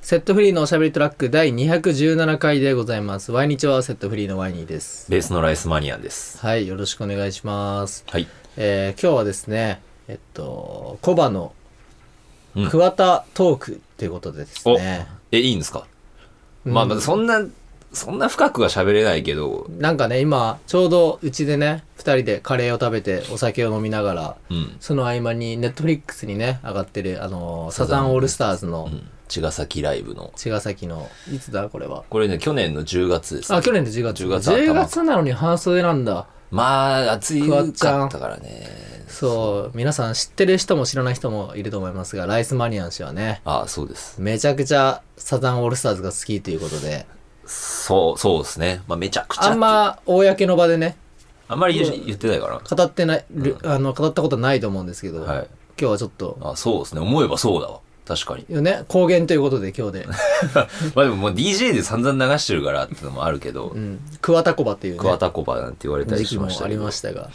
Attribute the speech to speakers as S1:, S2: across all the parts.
S1: セットフリーのおしゃべりトラック第217回でございます。ワイニチはセットフリーのワイニーです。
S2: ベースのライスマニアンです。
S1: はい、よろしくお願いします。
S2: はい。
S1: えー今日はですね、えっと、コバの
S2: うん
S1: 桑田トークっていうことでですね。
S2: え、いいんですか、
S1: うん
S2: まあまあ、そんな、そんな深くは喋れないけど、
S1: なんかね、今、ちょうどうちでね、二人でカレーを食べてお酒を飲みながら、
S2: うん。
S1: その合間にネットフリックスにね、上がってる、あのーサザンオールスターズ
S2: う
S1: の
S2: ん。茅ヶ崎ライブの。
S1: 茅ヶ崎の、いつだこれは。
S2: これね、去年の10月です、
S1: あ、去年の10月。
S2: 10月頭
S1: 10月なのに半袖なんだ。
S2: まあ、暑い
S1: クワッチャン
S2: かったからね。
S1: そう、皆さん知ってる人も知らない人もいると思いますが、ライスマニアン氏はね、
S2: あそうです。
S1: めちゃくちゃサザンオールスターズが好きということで、
S2: そう、そうですね。まあ、めちゃくちゃって。
S1: あんま公の場でね、
S2: あんまり言,、言ってないか
S1: 語ってない、あの、語ったことないと思うんですけど、
S2: ら。はい。
S1: 今日はちょっと、
S2: あそうですね。思えばそうだわ。確かに。
S1: よね、公言ということで今日で、
S2: まあでももう DJ で散々流してるからってのもあるけど
S1: う、ん、桑田コバっていう
S2: クワ
S1: ね、
S2: タコバなんて言われたり
S1: 時
S2: し
S1: 期
S2: ま
S1: も
S2: した
S1: あ
S2: け
S1: り
S2: ど。
S1: ましたが、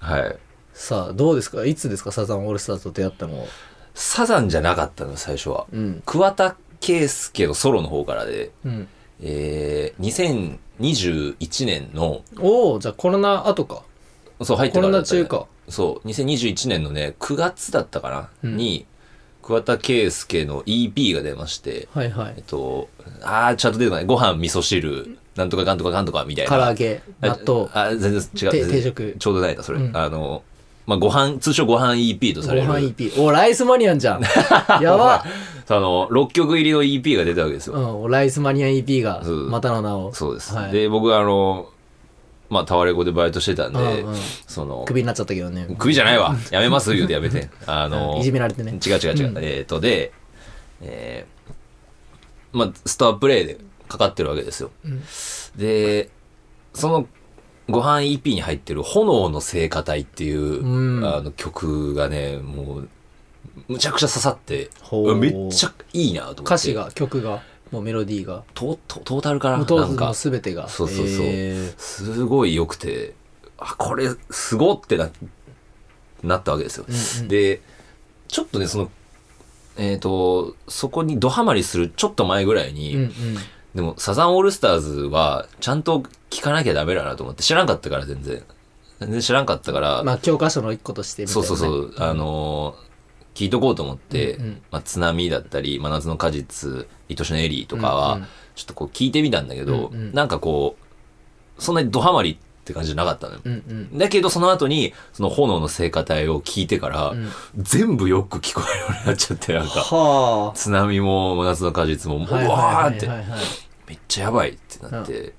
S2: はい。
S1: さあ、どうですかいつですかサザンオールスターズと出会ったの
S2: サザンじゃなかったの、最初は。
S1: うん、
S2: 桑田佳祐のソロの方からで、
S1: うん。
S2: えー、2021年の、
S1: おおじゃあコロナ後か。
S2: そう、入って
S1: コロ
S2: からだ
S1: ナ
S2: ったね
S1: 中か。
S2: そう、2021年のね、9月だったかな、
S1: うん
S2: に、桑田佳祐の EP が出まして、
S1: はいは
S2: えっ
S1: い。
S2: と、あー、ちゃんと出てこない。ご飯、味噌汁、なんとかかんとかかんとかみたいな。
S1: 唐揚げ、納豆、
S2: あ、あ全然違う。
S1: 定
S2: 全然
S1: 定食
S2: ちょうどないな、それ。
S1: うん
S2: あの、まあ、ご飯、通称ご飯 EP とされる。
S1: ご飯 EP。お、ライスマニアンじ ゃん。やば。
S2: あの、6曲入りの EP が出たわけですよ。
S1: うん、ライスマニアン EP が、
S2: そう
S1: またの名を。
S2: そうです。
S1: はい
S2: で、僕はあの、まあ、タワレコでバイトしてたんで、
S1: うんうん
S2: その、
S1: クビになっちゃったけどね。
S2: 首じゃないわ。やめます、言うてや めて。あの、
S1: いじめられてね。
S2: 違う違う違う。
S1: うん
S2: えっ、と、で、えーまあ、ストアプレイでかかってるわけですよ。
S1: うん
S2: で、その、ご飯 EP に入ってる炎の聖歌隊っていう、
S1: うん
S2: あの曲がね、もう、むちゃくちゃ刺さって、
S1: ほう
S2: めっちゃいいなと思って。
S1: 歌詞。が、曲が、もうメロディーが、
S2: トトトータルかな
S1: もう当
S2: なん
S1: 時の
S2: か。
S1: 全てが。
S2: そうそうそう
S1: え
S2: すごい良くて、あ、これ、すごってな、なったわけですよ。
S1: ーうんうん
S2: で、ちょっとね、その、えっ、と、そこにドハマりするちょっと前ぐらいに、
S1: うんうん
S2: でもサザンオールスターズはちゃんと聞かなきゃダメだなと思って、知らんかったから全然。全然知らんかったから、
S1: まあ、教科書の一個としてみたい
S2: そ
S1: な
S2: う
S1: ね。
S2: そうそう、あのー聞いとこうと思って、
S1: うんうん
S2: まあ、津波だったり、真夏の果実、愛しのエリーとか
S1: うんうん
S2: は、ちょっとこう聞いてみたんだけど、
S1: うんうん
S2: なんかこう、そんなにドハマりって感じじゃなかったのよ。
S1: うんうん。
S2: だけど、その後に、その炎の聖歌隊を聞いてから、
S1: うん
S2: 全部よく聞こえるようになっちゃって、なんか、
S1: は
S2: 津波も真夏の果実も、
S1: あ。
S2: う
S1: はい
S2: わ
S1: は
S2: ーっ
S1: い
S2: て
S1: は、いはいはい。
S2: めっちゃやばいってなって、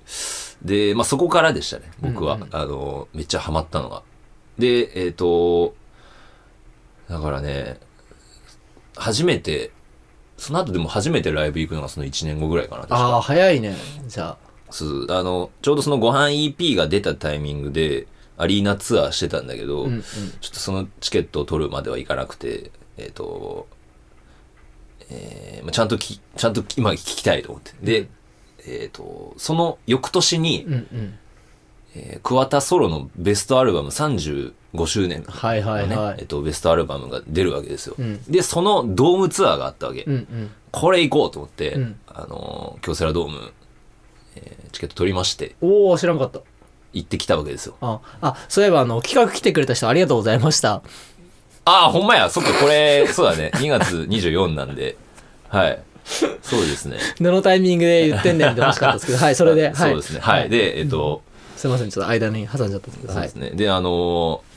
S2: で、まあ、そこからでしたね、僕は。
S1: うんうん
S2: あの、めっちゃハマったのが。で、えっ、と、だからね、初めて、その後でも初めてライブ行くのがその1年後ぐらいかな、確か
S1: ああ、早いね。じゃあ。
S2: そうあの、ちょうどそのご飯 EP が出たタイミングで、アリーナツアーしてたんだけど、
S1: うんうん。
S2: ちょっとそのチケットを取るまではいかなくて、えっ、と、えーまあ、ちゃんとき、ちゃんと今聞きたいと思って。で、えっ、と、その翌年に、
S1: うんうん。
S2: えー桑田ソロのベストアルバム35周年のね、
S1: はいはいは
S2: えっ、
S1: い。
S2: と、ベストアルバムが出るわけですよ。
S1: うん
S2: で、そのドームツアーがあったわけ。
S1: うんうん。
S2: これ行こうと思って、
S1: うん
S2: あのー京セラドーム、えーチケット取りまして、
S1: おお知らんかった。
S2: 行ってきたわけですよ。
S1: あ、あ、そういえばあの、企画来てくれた人ありがとうございました。
S2: ああ、ほんまや、そっか、これ、 そうだね、2月24なんで、はい。そうですね。
S1: どのタイミングで言ってんねんって欲しかった ですけど、はい、それで。はい、
S2: そうですね。は
S1: で、
S2: い。で、えっと、
S1: すいません、ちょっと間に挟んじゃったんですけど、
S2: そ
S1: は
S2: うで
S1: い
S2: す。ね。で、あのー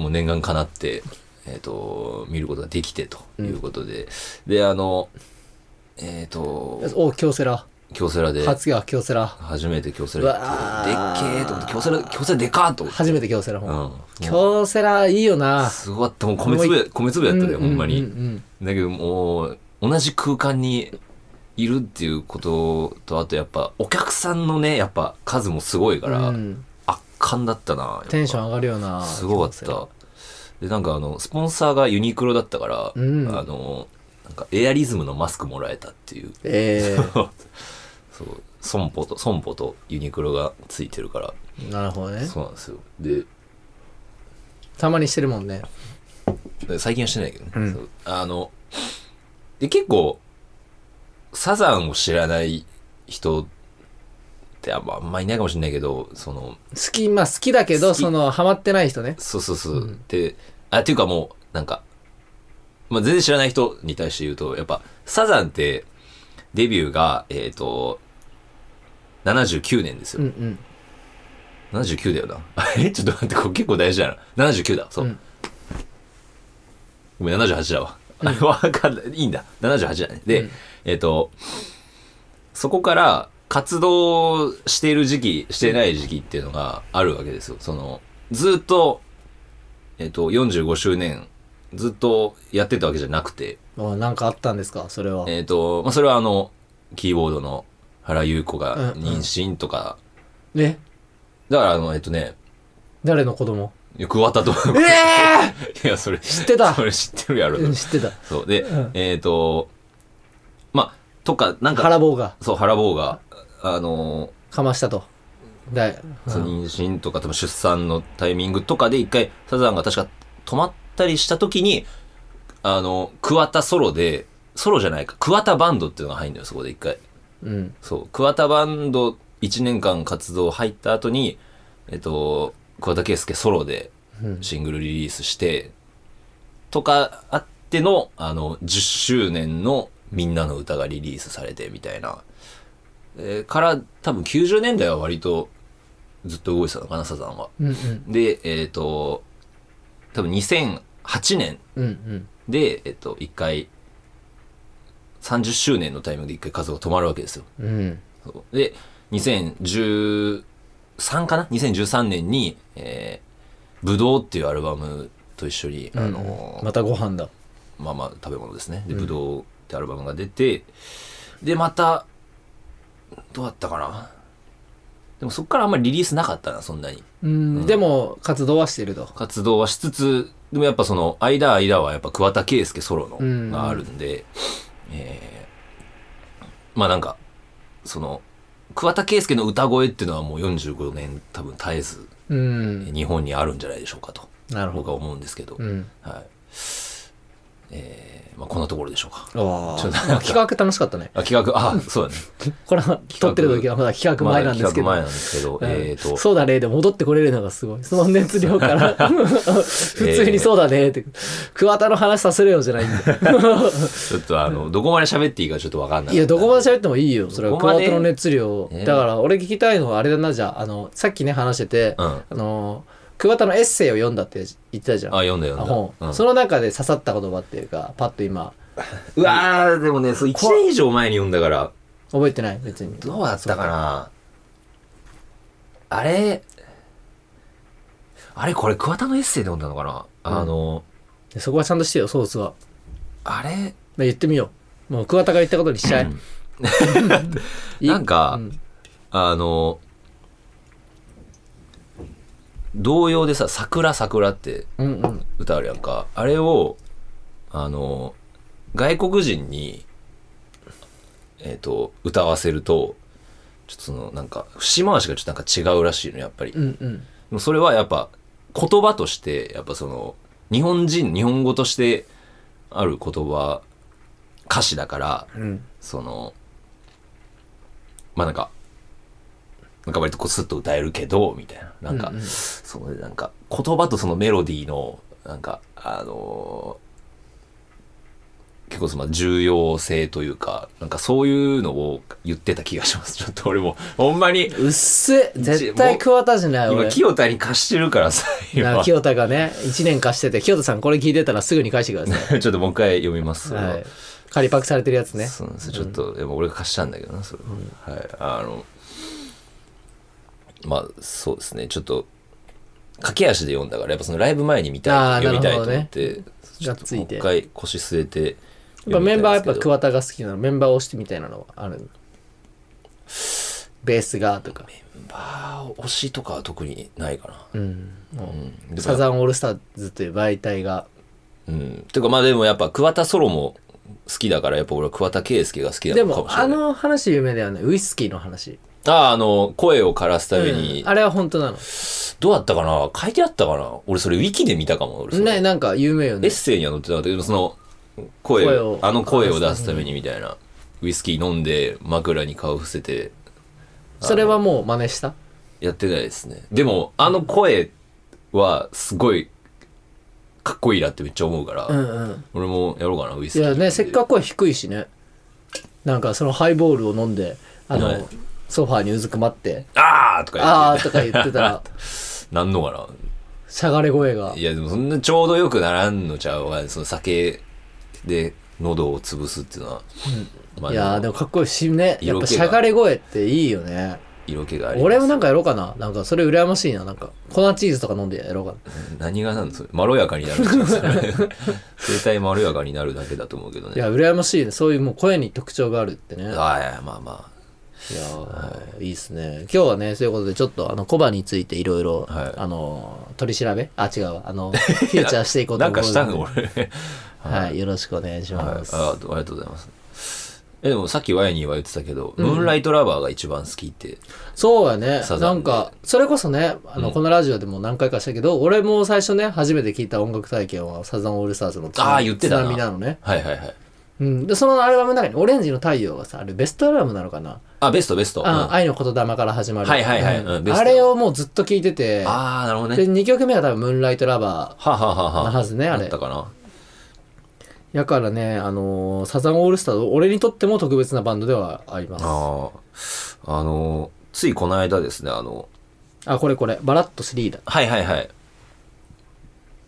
S2: もう念願かなって、えっと、見ることができてということで、で、あの、えっと、
S1: お、京セラ。
S2: 京セラで、
S1: 初が京セラ。
S2: 初めて京セラ
S1: う
S2: 行
S1: わ
S2: っ
S1: ー
S2: て、でっけーと思って、京セラ、京セラでかーと思って。
S1: 初めて京セラ
S2: う
S1: 本。
S2: ん。もう
S1: 京セラ、いいよな。
S2: すごかった。もう米粒や、米粒やったね、ほんま
S1: う
S2: に。
S1: ん
S2: だけどもう、同じ空間にいるっていうことと、あとやっぱ、お客さんのね、やっぱ数もすごいか
S1: うんうん
S2: ら、
S1: うん
S2: 圧巻だったな。やっぱ
S1: テンション上がるよな。
S2: すごか
S1: 京セ
S2: っ
S1: ラ
S2: た。で、なんかあの、スポンサーがユニクロだったから、
S1: うん
S2: あの、なんかエアリズムのマスクもらえたっていう、
S1: え
S2: そう、損保と、損保とユニクロがついてるか
S1: え、なるほど
S2: ら、
S1: ね。
S2: そうなんですよ。で、
S1: たまにしてるもんね。
S2: 最近はしてないけどね。
S1: うん
S2: そうあの、で、結構、サザンを知らない人ってあんまあんまいないかもしれないけど、その、
S1: 好き、まあ好きだけど、
S2: 好き
S1: その、ハマってない人ね。
S2: そうそうそう。
S1: うん
S2: で、あ、っていうかもう、なんか、まあ、全然知らない人に対して言うと、やっぱ、サザンって、デビューが、えっ、と、79年です
S1: う
S2: よ。
S1: んうん。
S2: 79だよな。 あれちょっと待って、これ結構大事だな。79だ。そう。
S1: うん
S2: ごめん、78だわ。あれ わかんない。いいんだ。78だね。で、
S1: うん
S2: えっ、と、そこから活動している時期、してない時期っていうのがあるわけですよ。その、ずっと、えっ、と、45周年、ずっとやってたわけじゃなくて、
S1: あなんかあったんですかそれは。
S2: えっ、と、まあ、それはあの、キーボードの原優子が
S1: うんうん
S2: 妊娠とか、
S1: ね
S2: だからあの、えっ、とね、
S1: 誰の子 供
S2: 桑田と、
S1: ええ
S2: いや、それ、知
S1: 知ってた
S2: それ知ってるやろ。
S1: うん知ってた。
S2: そう。で、
S1: うん
S2: えっ、と、まあ、とか、なんか、
S1: 腹棒が
S2: そう、原坊が、あの
S1: かましたと。だい
S2: ー、その
S1: うん
S2: 妊娠とか、多分出産のタイミングとかで、一回、サザンが確か止まったりした時に、あの、桑田ソロで、ソロじゃないか、桑田バンドっていうのが入るのよ、そこで一回。
S1: うん。
S2: そう、桑田バンド1年間活動入った後に、えっと、桑田佳祐ソロで
S1: うん
S2: シングルリリースして、とかあっての、あの、10周年のみんなの歌がリリースされてみたいな。えーから、多分90年代は割とずっと動いてたのかな、サザンは。
S1: うんうん。
S2: で、えっ、と、多分2008年
S1: うんうん。
S2: で、えっ、と、一回、30周年のタイミングで一回活動が止まるわけですよ。
S1: うん。
S2: そうで、2013かな ?2013 年に、えー、ブドウっていうアルバムと一緒に、あのー
S1: またご飯だ。
S2: まあまあ食べ物ですね。で、
S1: うん
S2: ブドウってアルバムが出て、で、また、どうだったかなでもそっからあんまりリリースなかったな、そんなに。
S1: うん。でも、活動はしてると。
S2: 活動はしつつ、でもやっぱその、間間はやっぱ桑田佳祐ソロ
S1: う
S2: の
S1: ん
S2: があるんで、えーまあなんか、その、桑田佳祐の歌声っていうのはもう45年多分絶えず
S1: うん。
S2: 日本にあるんじゃないでしょうかと、
S1: なるほ
S2: 僕
S1: ど。
S2: は思うんですけど、
S1: うん。
S2: はい。えーまあこんなところでしょうか。
S1: あ
S2: ちょっと
S1: あ。企画楽しかったね。
S2: あ、企画、あ、そうだね。
S1: これは撮ってる時はまだ企画前なんですけど。
S2: まあ企画前なんですけど、え
S1: う
S2: っ、
S1: ん
S2: と、
S1: そうだねで戻ってこれるのがすごいその熱量から 普通にそうだねって桑田の話させるよじゃないん だよ
S2: ちょっとあの、どこまで喋っていいかちょっとわかんない。
S1: いやどこまで喋ってもいいよそれは
S2: どこま
S1: 桑
S2: で
S1: 田の熱量
S2: ね
S1: だから俺聞きたいのはあれだなじゃああのさっきね話してて
S2: うん。あ、
S1: あの桑田のエッセイを読んだって言ってたじゃん
S2: 読んだ読んだ。
S1: 本
S2: うん
S1: その中で刺さった言葉っていうかパッと今
S2: うわー、でもね、そう1年以上前に読んだから、
S1: 覚えてない別に
S2: どうだったかなあれ、あれこれ桑田のエッセイで読んだのかな、
S1: うん
S2: あの、
S1: でそこはちゃんとしてよソースは
S2: あれ、
S1: で言ってみようもう桑田が言ったことにしちゃえいい
S2: なんか
S1: うん
S2: あの、童謡でさ、桜桜って
S1: うんうん
S2: 歌あるやんか。あれを、あの、外国人に、えっ、と、歌わせると、ちょっとその、なんか、節回しがちょっとなんか違うらしいの、やっぱり。
S1: うんうん
S2: でもそれはやっぱ言葉としてやっぱその日本人日本語としてある言葉歌詞だから
S1: うん
S2: そのまあなんかなんか割とこうスッと歌えるけどみたいななんか、
S1: うんうん
S2: そのなんか言葉とそのメロディーのなんかあのー結構その重要性というかなんかそういうのを言ってた気がしますちょっと俺もほんまに
S1: うっせ絶対桑田じゃない
S2: 今
S1: 俺
S2: 清田に貸してるからさ
S1: な
S2: 今
S1: 清田がね1年貸してて清田さんこれ聞いてたらすぐに返してくださ
S2: ちょっともう一回読みます。
S1: い、はい、仮パクされてるやつね
S2: そうなんですよちょっと、でも俺が貸したんだけどな、それは、はい。あの、まあ、そうですね、ちょっと、駆け足で読んだから、やっぱそのライブ前に見た
S1: あ
S2: い、
S1: ー
S2: 読みたい
S1: なるほ
S2: と
S1: ど
S2: 思っ
S1: ね
S2: て、ちょ
S1: が
S2: っ
S1: っ
S2: と
S1: つ
S2: もう
S1: いて
S2: 一回腰据えて
S1: やっぱメンバーはやっぱ
S2: 読み
S1: 桑田が好きなのメンバーを推してみたいなのはあるベースがとか、
S2: たいんですけどメンバー推しとかは特にないかな。
S1: うん、も
S2: うん
S1: う
S2: で
S1: サザンオールスターズという媒体が
S2: うん。てかまあでもやっぱ桑田ソロも好きだから、やっぱ俺は桑田佳祐が好きな
S1: で
S2: のかも
S1: も
S2: しれな
S1: あ
S2: い。
S1: の話有名だよねウイスキーの話、
S2: あーあの、声を枯らすために、
S1: うんあれは本当なの
S2: どうだったかな書いてあったかな俺それウィキで見たかも、俺それ
S1: ねなんか有名よ
S2: エッ
S1: ね
S2: セイには載ってなかったけど、その、声
S1: 声
S2: を
S1: を
S2: あの声を出すためにみたいな。ウイスキー飲んで枕に顔伏せて
S1: それはもう真似した
S2: やってないですね。でも、あの声はすごいかっこいいなってめっちゃ思うから、
S1: うんうん
S2: 俺もやろうかな、ウイス
S1: い
S2: キー。
S1: やねせっかくは低いしねなんかそのハイボールを飲んであの、
S2: はい
S1: ソファーにうずくまって
S2: あーと
S1: 「
S2: か
S1: ああ」
S2: 言って、
S1: とか言ってた ら
S2: なんのか
S1: しゃがれ声が
S2: な。いや、でもそんなちょうどよくならんのちゃうわ。その酒で喉を潰すっていうのは。まあ
S1: いやーでもかっこいいしねやっぱしゃがれ声っていいよね
S2: 色気があります
S1: 俺もなんかやろうかななんかそれ羨ましいななんか粉チーズとか飲んでやろうかな
S2: 何がなんですまろやかになるんじゃない ですかね絶対まろやかになるだけだと思うけどね
S1: いや羨ましいねそういうもう声に特徴があるってねいや
S2: ああまあま
S1: ーいいっすね今日はねそういうことでちょっとあのコバについていろいろ
S2: はい
S1: あのー取り調べあ違うわあのフューチャーしていこ
S2: あ
S1: うと
S2: なん
S1: 思う
S2: かした
S1: の
S2: の
S1: で
S2: 俺はい
S1: はいよろしくお願いし
S2: あ
S1: ます
S2: あありがとうございますえでもさっきワイニーは言ってたけど、ムーンライトラバーが一番好きって
S1: そうやね
S2: サザンで
S1: なんかそれこそねあのこのラジオでも何回かしたけど俺も最初ね初めて聞いた音楽体験はサザンオールスターズのつな
S2: あー言ってたな
S1: つなみなのね
S2: はいはいはい
S1: うん、でそのアルバムの中に「オレンジの太陽」がさあれベストアルバムなのかな
S2: あベストベス
S1: 「
S2: ト
S1: あ
S2: うん
S1: 愛の言霊」から始まる、
S2: はいはいはい
S1: うん
S2: うんベスト
S1: あれをもうずっと聴いてて
S2: あーなるほど
S1: で
S2: ね
S1: 2曲目は多分「ムーンライトラバ
S2: はあはあは
S1: ー」
S2: あ
S1: な
S2: は
S1: はずね
S2: あ
S1: あ
S2: だっ
S1: れ
S2: たかな
S1: やからね、あのーサザンオールスターズ俺にとっても特別なバンドではありますあ
S2: あああのついこの間ですねあの
S1: これこれ「バラッと3」だ
S2: はいはいはい。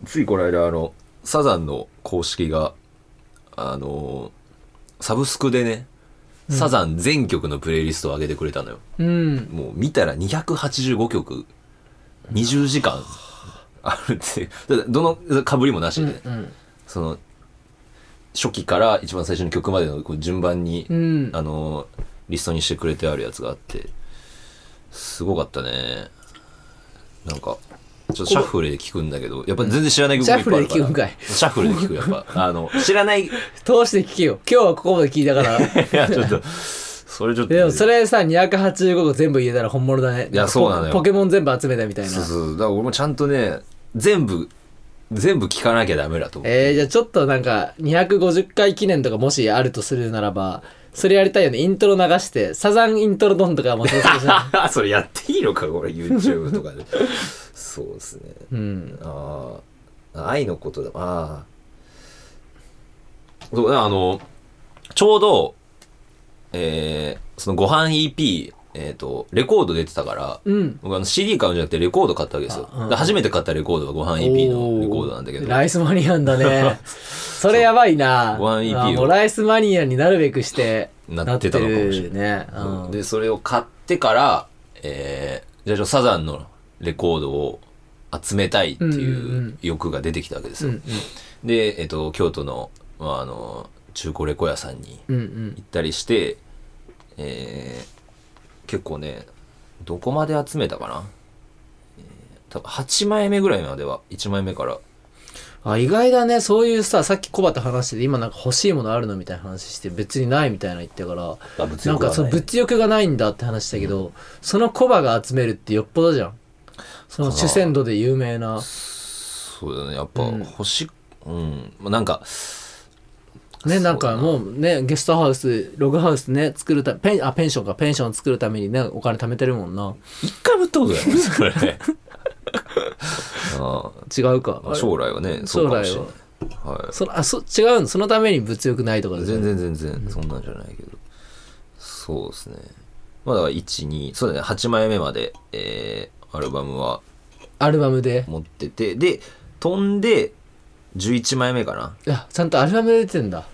S2: ついこの間、あの、サザンの公式が、あのーサブスクでね、サザン全曲のプレイリストを上げてくれたのよ。
S1: うん
S2: もう見たら285曲、20時間あるって、だからどのかぶりもなしでね、
S1: うん
S2: その、初期から一番最初の曲までのこう順番に、
S1: うん
S2: あのーリストにしてくれてあるやつがあって、すごかったね。なんか、ちょっとシャッフルで聞くんだけど、やっぱ全然知らない曲
S1: シ
S2: も
S1: ャッ
S2: いっぱ
S1: フ
S2: いあ
S1: ルで
S2: るから。
S1: 聞くんかい
S2: シャッフルで聞く、やっぱ。あの、知 らない、い
S1: 通して聞けよ今日はここまで聞いたから
S2: や、ちょっと、それちょっと。
S1: でもそれさ285個全部言えたら本物だね
S2: いやそうなのよ
S1: ポポケモン全部集めたみたいな
S2: そうそう。だから俺もちゃんとね、全部、全部聞かなきゃダメだと思う。
S1: えー、じゃあちょっとなんか250回記念とかもしあるとするならばそれやりたいよねイントロ流してサザンイントロドンとかもそうするじゃん
S2: それやっていいのか、これ、YouTube とかで。そうですね。
S1: うん
S2: ああ、愛のことだ。ああ。そうだからあの、ちょうど、えー、そのご飯 EP、えっ、と、レコード出てたから、
S1: うん
S2: 僕あの CD 買うんじゃなくてレコード買ったわけですよ。
S1: あうん
S2: で初めて買ったレコードがご飯 EP のレコードなんだけど。
S1: ライスマニアンだ ねそれやばいな
S2: ワン EP を
S1: あもうライスマニアになるべくして
S2: なってたのかもし
S1: なって
S2: れ
S1: るね、う
S2: うん
S1: ん
S2: で、それを買ってから、えー、じゃあちょっとサザンのレコードを集めたいって
S1: うんうんう
S2: いうん欲が出てきたわけです
S1: う
S2: よ。
S1: ん
S2: で、えっ、と、京都の、まあ、あの、中古レコ屋さんに
S1: うんうん
S2: 行ったりして、えー結構ねどこまで集めたかな、えー多分8枚目ぐらいまでは1枚目から
S1: あ意外だねそういうささっき小畑話してて今なんか欲しいものあるのみたいな話して別にないみたいな言ってたから
S2: あ
S1: な
S2: 物
S1: ん
S2: 欲は
S1: か
S2: ない
S1: その物欲がないんだって話したけど、そのコバが集めるってよっぽどじゃんその主戦度で有名な
S2: そうだねやっぱ
S1: うん
S2: 欲しうん、まあなんか
S1: ね
S2: そう
S1: なんかもうねゲストハウスログハウスね作るたペンあペンションかペンション作るためにねお金貯めてるもんな
S2: 一回も売ったことないですこれ ねあ
S1: 違うか
S2: あ将来はねそうかもしれないは
S1: そのあそ違うのそのために物欲ないとか
S2: い
S1: で
S2: 全然全然そんなんじゃないけど、そうですねまあだから12そうだね8枚目までえーアルバムは
S1: アルバムで
S2: 持っててで飛んで11枚目かない
S1: やちゃんとアルバムで出てんだ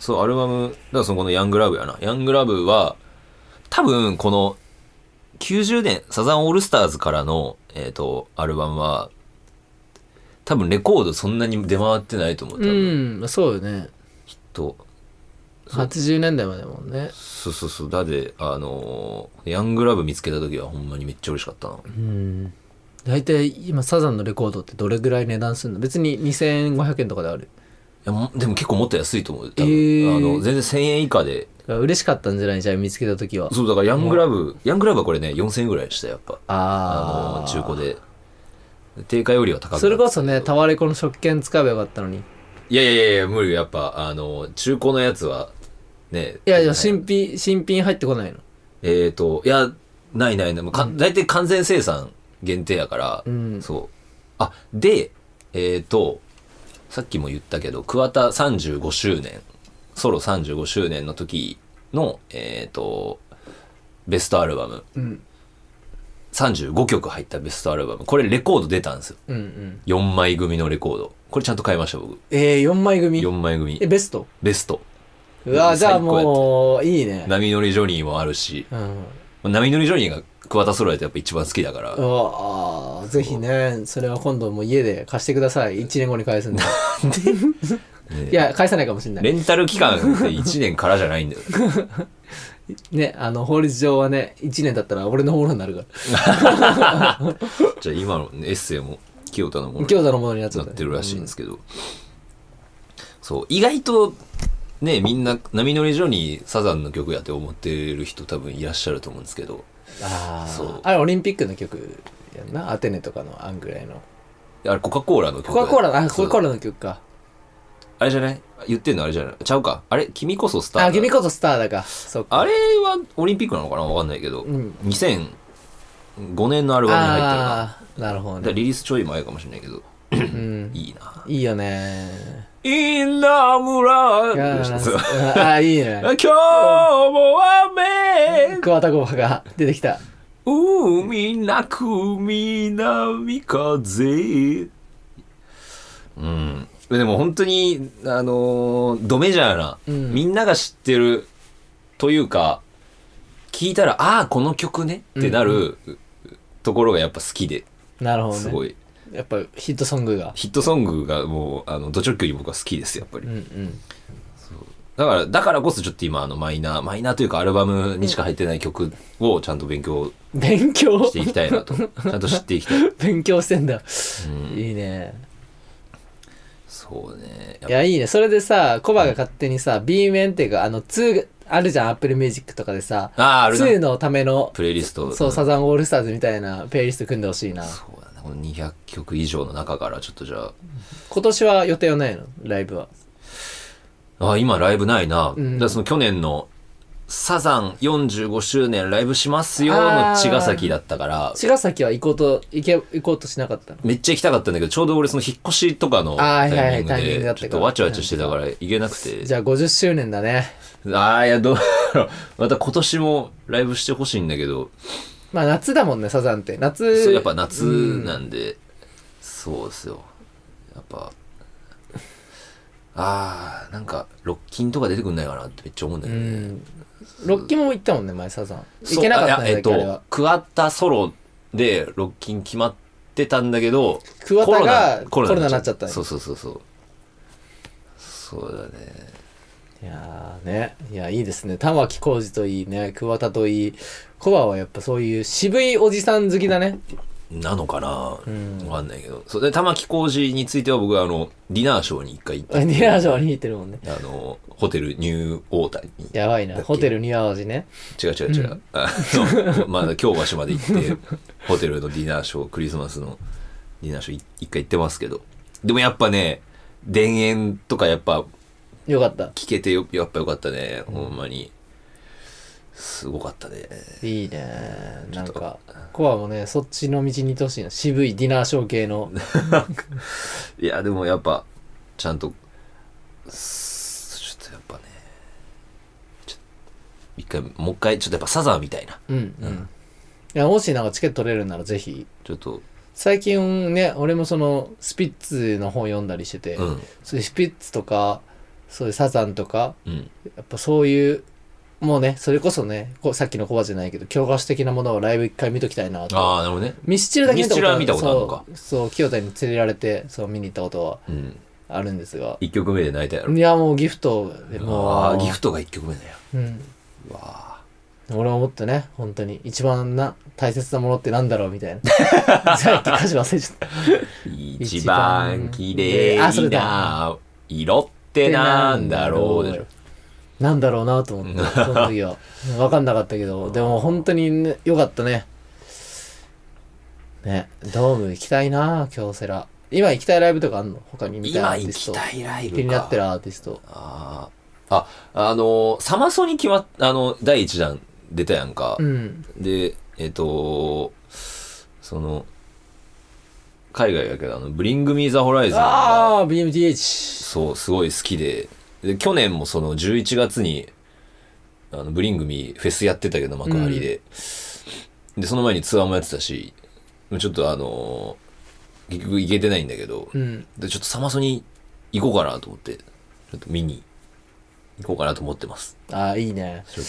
S2: そうアルバムだからそのこの「ヤングラブ」やな「ヤングラブは」多分この90年サザンオールスターズからの、えー、とアルバムは多分レコードそんなに出回ってないと思う多
S1: う
S2: 分、
S1: んそうよね
S2: とそう
S1: 80年代までだもんね
S2: そうそうそうだであのーヤングラブ」見つけた時はほんまにめっちゃ嬉しかったな
S1: うん大体今サザンのレコードってどれぐらい値段するの別に2500円とかである
S2: いやもでも結構もっと安いと思う多
S1: え
S2: 分、
S1: ー
S2: あの全然1000円以下で
S1: だから嬉しかったんじゃないじゃあ見つけた時は
S2: そうだからヤングラブ、ヤングラブはこれね4000円ぐらいでしたやっぱあ
S1: あ
S2: の
S1: あ
S2: 中古で定価よりは高くなった
S1: それこそねタワレコの食券使えばよかったのに
S2: いやいやいや無理よやっぱあの中古のやつはね。
S1: いやいや、新品、新品入ってこないの。
S2: えっ、と、いや、ないないない。もうか大体完全生産限定やから、
S1: うん
S2: そう。あ、で、えっ、と、さっきも言ったけど、桑田35周年、ソロ35周年の時の、えっ、と、ベストアルバム、
S1: うん。
S2: 35曲入ったベストアルバム、これレコード出たんですよ。
S1: うんうん。
S2: 4枚組のレコード。これちゃんと買いました、僕。
S1: えー、4枚組
S2: 4。枚
S1: え、
S2: 組。
S1: ベスト
S2: ベスト。
S1: うわ、じゃあ
S2: 最高やった
S1: もう、いいね。
S2: 波乗りジョニーもあるし、
S1: うん。
S2: 波乗りジョニーが桑田ソロやとやっぱ一番好きだから
S1: う、わあ、ぜひね、それは今度もう家で貸してください。1年後に返す んで。
S2: ね
S1: いや、返さないかもしれない。
S2: レンタル期間って1年からじゃないんだよ。
S1: ね、あの、法律上はね、1年だったら俺のものになるから。
S2: じゃあ今のエッセイも清田のものに
S1: 京都のものになっちゃ
S2: な
S1: う
S2: っ
S1: ね
S2: てるらしいんですけど、そう、意外とね、みんな波乗りジョニーサザンの曲やって思ってる人多分いらっしゃると思うんですけど、
S1: あ
S2: そう
S1: あ。あれ、オリンピックの曲やんな。アテネとかのあんぐらいの。
S2: あれコカ・コーラの曲
S1: コカ・コーラの、あ、コ
S2: そう
S1: カ・コーラの曲か。
S2: あれじゃない言ってんのあれじゃないちゃうか。あれ君こそスターだ
S1: あ、君こそスターだか。そっか。
S2: あれはオリンピックなのかなわかんないけど、
S1: うん
S2: 2005年のアルバムに入ってるな。
S1: あーなるほ
S2: だ
S1: ど
S2: から
S1: ね。
S2: リリースちょい前かもしれないけど、
S1: うん
S2: いいな。
S1: いいよね。
S2: 稲
S1: いや
S2: 村
S1: ー うんあー、いいね。
S2: 今日も 雨
S1: 桑田剛が出てきた。
S2: 海なく南風うんでも本当にあのードメジャーな、
S1: うん
S2: みんなが知ってるというか聞いたらああこの曲ねってなるところがやっぱ好きで
S1: なるほどね。
S2: すごい、
S1: やっぱヒットソングが。
S2: ヒットソングがもうあのド直球に僕は好きですやっぱり
S1: うんうん。
S2: だから、だからこそちょっと今、あの、マイナー、マイナーというかアルバムにしか入ってない曲をちゃんと勉強
S1: 勉 強
S2: していきたいな と。ちゃんと知っていきたい。う
S1: 勉強してんだ。
S2: ん、
S1: いいね。
S2: そうね。
S1: いや、いいね。それでさ、コバが勝手にさ、B 面っていうか、あの、2あるじゃん、Apple Music とかでさ、
S2: ああ、ある
S1: 2
S2: な。
S1: のための、
S2: プレイリスト。
S1: そう、
S2: んそ
S1: サ
S2: う
S1: ザンオールスターズみたいなペイリスト組んでほしいな。
S2: だね。この200曲以上の中から、ちょっとじゃ
S1: 今年は予定はないのライブは。
S2: あ、あ今ライブないな。
S1: うん
S2: だからその去年の、サザン45周年ライブしますよの茅ヶ崎だったから、
S1: 茅ヶ崎は行こうと、行け、行こうとしなかったの。
S2: めっちゃ行きたかったんだけど、ちょうど俺その引っ越しとかの
S1: あ
S2: タ
S1: ーはいは
S2: イミン
S1: いタイミン
S2: グ
S1: グだ
S2: で
S1: っ、た
S2: ち
S1: から
S2: ょっとわちゃわちゃしてたから行けなくて。
S1: じゃあ50周年だね。
S2: ああ、いや、どうやろう。また今年もライブしてほしいんだけど、
S1: まあ夏だもんね、サザンって。夏。
S2: そうやっぱ夏
S1: うん
S2: なんで、そうですよ。やっぱ、ああ、なんか、ロッキンとか出てくんないかなってめっちゃ思うんだ
S1: う
S2: よね。
S1: ん。ロッキンも行ったもんね、前サザン。
S2: そう
S1: 行けなかったん
S2: あ
S1: だ
S2: いやえっ
S1: けど、あれ
S2: と
S1: は。、
S2: 桑田ソロでロッキン決まってたんだけど、
S1: 桑田がコロナになっちゃったんや
S2: そうそうそうそう。そうだね。
S1: いやーね、いや、いいですね。玉置浩二といいね、桑田といい、コバはやっぱそういう渋いおじさん好きだね。
S2: なのかな、
S1: うん
S2: わかんないけど。そうで、玉置浩二については僕はあの、ディナーショーに一回行ったって
S1: ニ
S2: いう。
S1: ュアージョに弾いてるもんね。
S2: あの、ホテルニューオータニに。
S1: やばい
S2: だ
S1: な、
S2: っけ
S1: ホテルニュアージね。
S2: 違う違う違う。あの、 まだ京橋まで行って、ホテルのディナーショー、クリスマスのディナーショーい一回行ってますけど。でもやっぱね、田園とかやっぱ
S1: よかった。
S2: 聞けてよ、やっぱよかったね。ほんまに。すごかったね。
S1: いいね。なん
S2: ちょ
S1: か、コバもね、そっちの道に行ってほしいな。渋いディナーショー系の。
S2: いや、でもやっぱ、ちゃんと、すちょっとやっぱね、ちょ一回、もう一回、ちょっとやっぱサザンみたいな。
S1: うん、うん。いや、もしなんかチケット取れるならぜひ。
S2: ちょっと、
S1: 最近ね、俺もその、スピッツの本読んだりしてて、
S2: うん、
S1: そういうスピッツとか、そういうサザンとか、
S2: うん。
S1: やっぱそういう、もうね、それこそね、こうさっきのコバじゃないけど、教科書的なものをライブ一回見ときたいなと。
S2: ああ、なるほどね。
S1: ミスチルだけ見たこと
S2: ミスチルは見たことあるのか
S1: そう、そう清田に連れられて、そう、見に行ったことは
S2: うん。
S1: あるんですが。
S2: 一曲目で泣いたやろ
S1: い。や、もうギフトで、もう。
S2: ああ、ギフトが一曲目だよ。
S1: うん。
S2: わあ。
S1: 俺はもっとね、本当に、一番な、大切なものってなんだろうみたい な。さっき歌詞忘れちゃった。
S2: 一番綺麗
S1: あそれ
S2: な
S1: だ
S2: 色ってなんだろうでしょ。
S1: なんだろうなと思 って、その時は。わかんなかったけど、でも本当にね良かったね。ね、ドーム行きたいな京セラ。今行きたいライブとかあんの他に見たいアーティ
S2: 今行
S1: ス
S2: き
S1: ト。
S2: たいライブ
S1: 気にな
S2: か
S1: って。るアーティスト。
S2: あーあ、あのーサマソに決まっ、あの、第1弾出たやんか。
S1: うん。
S2: で、えっ、とその、海外やけど、あの、ブリング・ミー・ザ・ホライズンが、
S1: ああ、BMTH。
S2: そう、すごい好きで、で、去年もその11月に、あの、ブリング・ミーフェスやってたけど、幕張で、で、その前にツアーもやってたし、ちょっとあのー結局行けてないんだけど、
S1: うん。
S2: で、ちょっとサマソに行こうかなと思って、ちょっと見に行こうかなと思ってます。
S1: ああ、いいね。
S2: ちょっ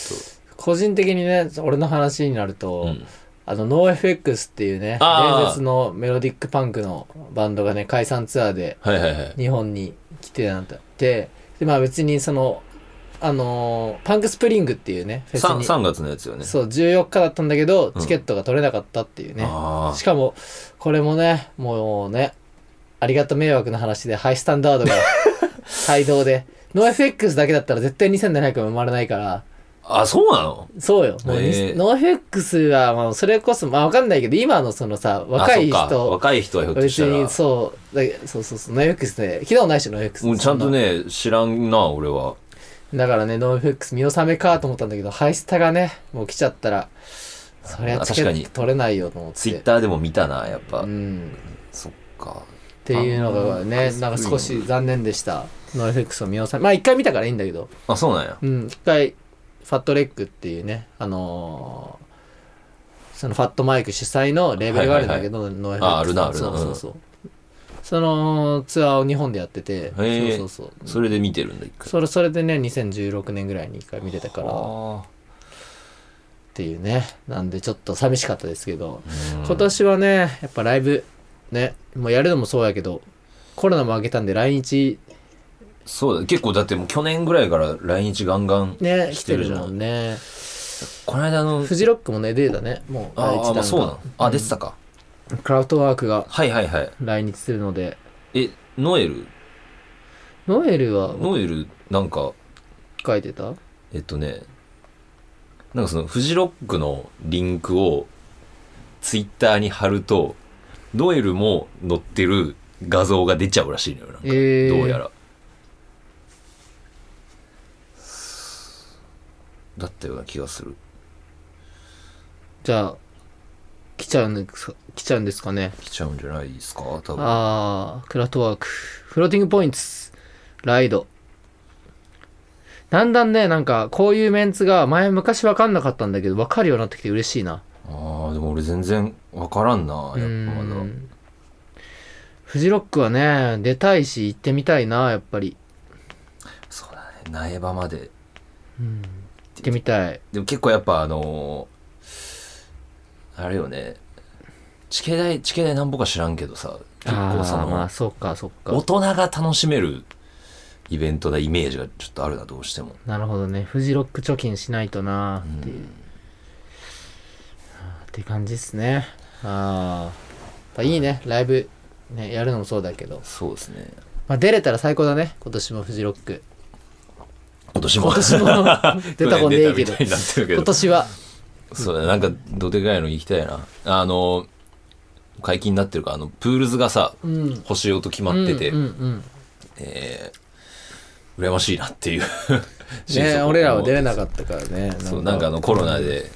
S1: 個人的にね、俺の話になる
S2: と。
S1: と、
S2: うん。
S1: あの、NoFX っていうね、
S2: あー
S1: 伝説のメロディックパンクのバンドがね、解散ツアーで
S2: はいはいはい。
S1: 日本に来てなんだって、で、まあ別にその、あのーパンクスプリングっていうね、フェス
S2: 3,
S1: に。
S2: 3月のやつよね。
S1: そう、14日だったんだけど、
S2: うん
S1: チケットが取れなかったっていうね。
S2: ああ
S1: し。かも、これもね、もうね、ありがた迷惑な話で、ハイスタンダードが 帯同で、ノー FX だけだったら絶対2700も生まれないから、
S2: あ、そうなの
S1: そうよ。もうに、
S2: へえ
S1: ノー FX は、まあ、それこそ、まあ、わかんないけど、今のそのさ、若い
S2: あそっか
S1: 人、
S2: 若い人はひょっとし
S1: 別
S2: たら。
S1: にそう、だそうそうそう、ノー FX ね、昨日ないし、ノー FX。
S2: もうちゃんとね、知らんな、俺は。
S1: だからね、ノーフェックス見納めかと思ったんだけど、ハイスタがね、もう来ちゃったら、そりゃチケ
S2: 確か
S1: ッ
S2: に
S1: ト取れないよと思って。
S2: ツイッターでも見たな、やっぱ。
S1: うん。
S2: そっか。
S1: っていうのがね、
S2: あ
S1: なんか少し残念でした。ノーフェックスを見納め。まあ一回見たからいいんだけど、
S2: あ、そうなんや。
S1: うん、一回、ファットレックっていうね、あのーそのファットマイク主催のレーベルがあるんだけど、ノーフェックスの。
S2: ああるなあるな
S1: そうそうそう。そのツアーを日本でやってて、
S2: へえ
S1: そうそうそう。
S2: それで見てるんだ、一回。
S1: それそれでね2016年ぐらいに一回見てたからっ
S2: あ
S1: ていうねなんでちょっと寂しかったですけど、
S2: ーうん
S1: 今年はねやっぱライブねもうやるのもそうやけどコロナも明けたんで来日
S2: そうだ、結構だってもう去年ぐらいから来日ガンガン
S1: ね
S2: 来
S1: 来
S2: て
S1: て
S2: る
S1: る
S2: じ
S1: じ
S2: ゃ
S1: ゃ
S2: ん。
S1: んね
S2: この間の
S1: フ、ジロックもね出たねもう
S2: あ
S1: 第
S2: ーあ
S1: 一
S2: ー、ま
S1: 弾
S2: あそうなの。あ、出てたか。
S1: うんクラフトワークが
S2: はいはいはい。
S1: 来日するので
S2: え、ノエル
S1: ノエルは
S2: ノエル、なんか、
S1: 書いてた
S2: えっとね、なんかそのフジロックのリンクをツイッターに貼ると、ノエルも載ってる画像が出ちゃうらしいのよ。なんか
S1: えー
S2: どうやら。だったような気がする。
S1: じゃあ来ちゃうんですか来ちゃうんですかね
S2: 来ちゃうんじゃないですか多分。
S1: ああ、クラフトワーク。フローティングポイントス。ライド。だんだんね、なんか、こういうメンツが、前昔わかんなかったんだけど、わかるようになってきて嬉しいな。
S2: あーでも俺全然わからんな。やっぱ
S1: う
S2: まだ。
S1: ん。フジロックはね、出たいし、行ってみたいな、やっぱり。
S2: そうだね。苗場まで。
S1: うん。行ってみたい。
S2: でも結構やっぱあのーあれよね地形代地形代なんぼか知らんけどさ結
S1: あ
S2: 構そ
S1: あ、ま
S2: の
S1: あ、そうか、そう
S2: 大
S1: か。
S2: 人が楽しめるイベントなイメージがちょっとあるなどうしても
S1: なるほどね。フジロック貯金しないとな、っていう。って感じですね。ああ。やっぱいいね、ライブ、ね、やるのもそうだけど。
S2: そうですね
S1: まあ、出れたら最高だね今年もフジロック
S2: 今年も
S1: 今年も出たことねえけど
S2: 去年出たみたいになってるけ
S1: 今
S2: ど
S1: 年は
S2: そうだねなんかどでかいの行きたいなあのー解禁になってるからあのプールズがさ
S1: うん
S2: 星音決まってて、
S1: うんうん
S2: えー羨ましいなっていう
S1: うん、ね俺らは出れ
S2: い
S1: なかったからね
S2: そう、なんかあのコロナで、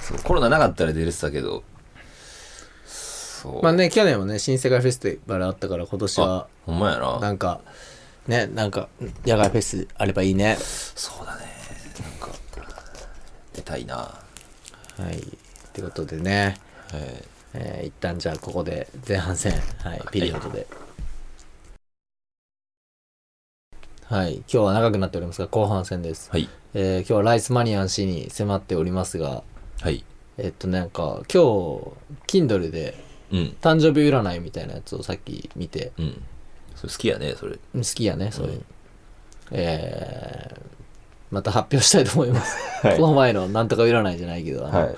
S2: そう、コロナなかったら出れてたけど、そう。
S1: まあね去年もね新世界フェスティバルあったから今年
S2: あ
S1: は、
S2: ほんまやな。
S1: なんかねなんか野外フェスあればいいね
S2: そうだね。なんか、出たいな。
S1: はいってことでね、
S2: え
S1: えー一旦じゃあここで前半戦はいピリオドではい今日は長くなっておりますが後半戦です
S2: ーはい。
S1: えー今日はライスマニアン氏に迫っておりますが、
S2: はい。
S1: えっとなんか今日、Kindle で
S2: うん。
S1: 誕生日占いみたいなやつをさっき見て、
S2: うん。それ好きやね、それ。
S1: 好きやね、そういう
S2: う
S1: の。えーまた発表したいと思います。
S2: は
S1: この前のなんとか占いじゃないけど、あの
S2: は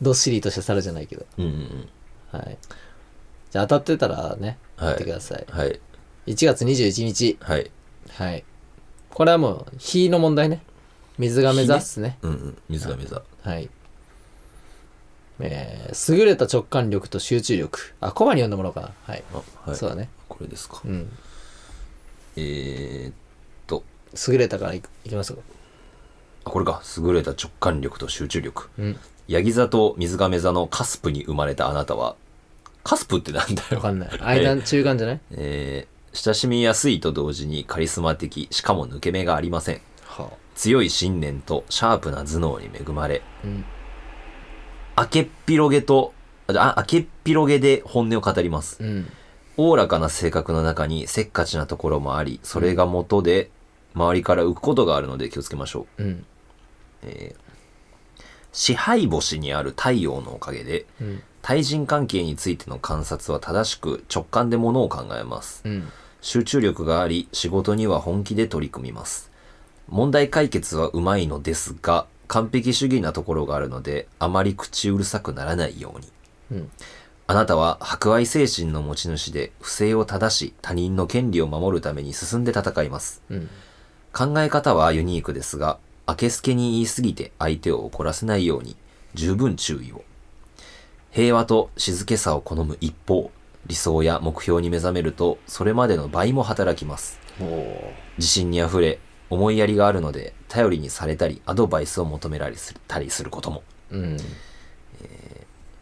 S1: どっしりとした猿じゃないけど、
S2: い。うんうん
S1: はい。じゃあ当たってたらね、
S2: はい
S1: やってください。
S2: うん。はい。
S1: 1月21日、
S2: はい。
S1: はい。これはもう、火の問題ね。水が目指すね。
S2: うんうん。水が水だ。
S1: はい。えー、優れた直感力と集中力。あ、コマに読んでもらおうかな。はい。
S2: あ、はい。
S1: そうだね。
S2: これですか
S1: う。ん。
S2: えーっと、
S1: 優れたからいいきますか
S2: あこれか優れた直感力と集中力
S1: うん
S2: ヤギ座と水亀座のカスプに生まれたあなたはカスプってなんだ
S1: わか
S2: よ、
S1: ん ない間中間じゃない
S2: えー親しみやすいと同時にカリスマ的しかも抜け目がありません
S1: はあ
S2: 強い信念とシャープな頭脳に恵まれ
S1: うん
S2: 明けっぴろげとあ明けっぴろげで本音を語ります
S1: うん
S2: おおらかな性格の中にせっかちなところもあり、それが元で周りから浮くことがあるので気をつけましょう。
S1: うん
S2: 支配星にある太陽のおかげで、
S1: うん
S2: 対人関係についての観察は正しく直感で物を考えます。
S1: うん
S2: 集中力があり、仕事には本気で取り組みます。問題解決はうまいのですが、完璧主義なところがあるので、あまり口うるさくならないように。
S1: うん
S2: あなたは博愛精神の持ち主で不正を正し他人の権利を守るために進んで戦います。
S1: うん
S2: 考え方はユニークですが、明けすけに言い過ぎて相手を怒らせないように十分注意を。平和と静けさを好む一方、理想や目標に目覚めるとそれまでの倍も働きます。
S1: おお
S2: 自信に溢れ、思いやりがあるので頼りにされたりアドバイスを求められたりすることも。
S1: うん